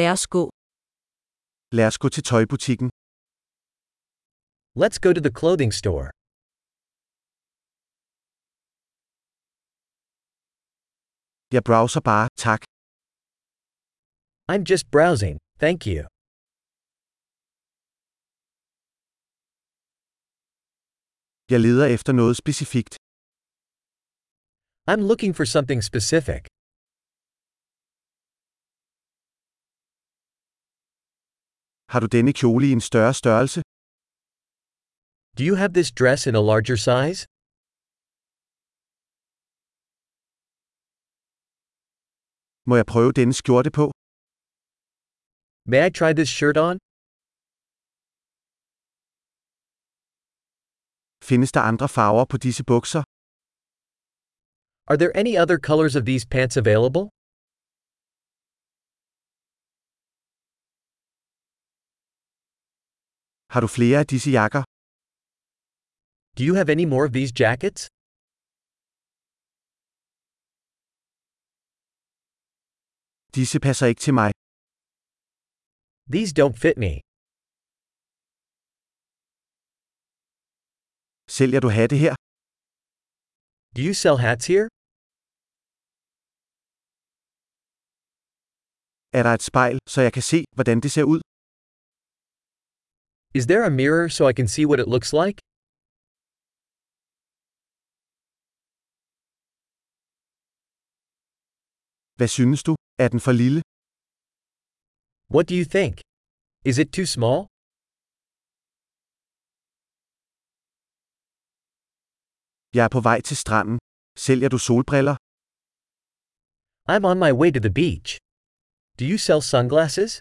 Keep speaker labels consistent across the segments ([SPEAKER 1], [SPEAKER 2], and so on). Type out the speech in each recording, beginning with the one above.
[SPEAKER 1] Lad os gå.
[SPEAKER 2] Lad os gå til tøjbutikken.
[SPEAKER 3] Let's go to the clothing store.
[SPEAKER 2] Jeg browser bare, tak.
[SPEAKER 3] I'm just browsing, thank you.
[SPEAKER 2] Jeg leder efter noget specifikt.
[SPEAKER 3] I'm looking for something specific.
[SPEAKER 2] Har du denne kjole i en større størrelse?
[SPEAKER 3] Do you have this dress in a larger size?
[SPEAKER 2] Må jeg prøve denne skjorte på?
[SPEAKER 3] May I try this shirt on?
[SPEAKER 2] Findes der andre farver på disse bukser?
[SPEAKER 3] Are there any other colors of these pants available?
[SPEAKER 2] Har du flere af disse jakker?
[SPEAKER 3] Do you have any more of these jackets?
[SPEAKER 2] Disse passer ikke til mig.
[SPEAKER 3] These don't fit me.
[SPEAKER 2] Sælger du hatte her?
[SPEAKER 3] Do you sell hats here?
[SPEAKER 2] Er der et spejl, så jeg kan se, hvordan det ser ud?
[SPEAKER 3] Is there a mirror so I can see what it looks like?
[SPEAKER 2] Hvad synes du? Er den for lille?
[SPEAKER 3] What do you think? Is it too small?
[SPEAKER 2] Jeg er på vej til stranden. Sælger du solbriller?
[SPEAKER 3] I'm on my way to the beach. Do you sell sunglasses?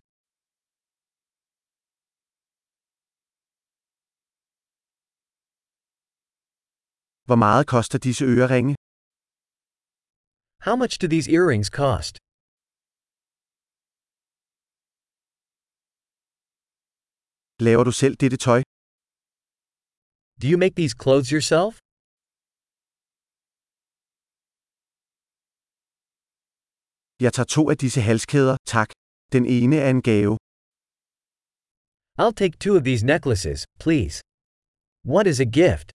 [SPEAKER 2] Hvor meget koster disse øreringe?
[SPEAKER 3] How much do these earrings cost?
[SPEAKER 2] Laver du selv dette tøj?
[SPEAKER 3] Do you make these clothes yourself?
[SPEAKER 2] Jeg tager to af disse halskæder, tak. Den ene er en gave.
[SPEAKER 3] I'll take two of these necklaces, please. One is a gift.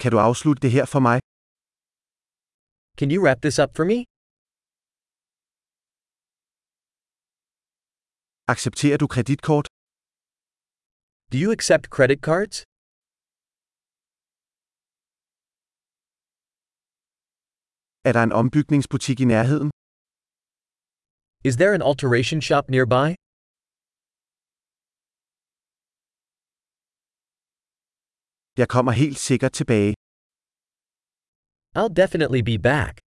[SPEAKER 2] Kan du afslutte det her for mig?
[SPEAKER 3] Can you wrap this up for me?
[SPEAKER 2] Accepterer du kreditkort?
[SPEAKER 3] Do you accept credit cards?
[SPEAKER 2] Er der en ombygningsbutik i nærheden?
[SPEAKER 3] Is there an alteration shop nearby?
[SPEAKER 2] Jeg kommer helt sikkert tilbage.
[SPEAKER 3] I'll definitely be back.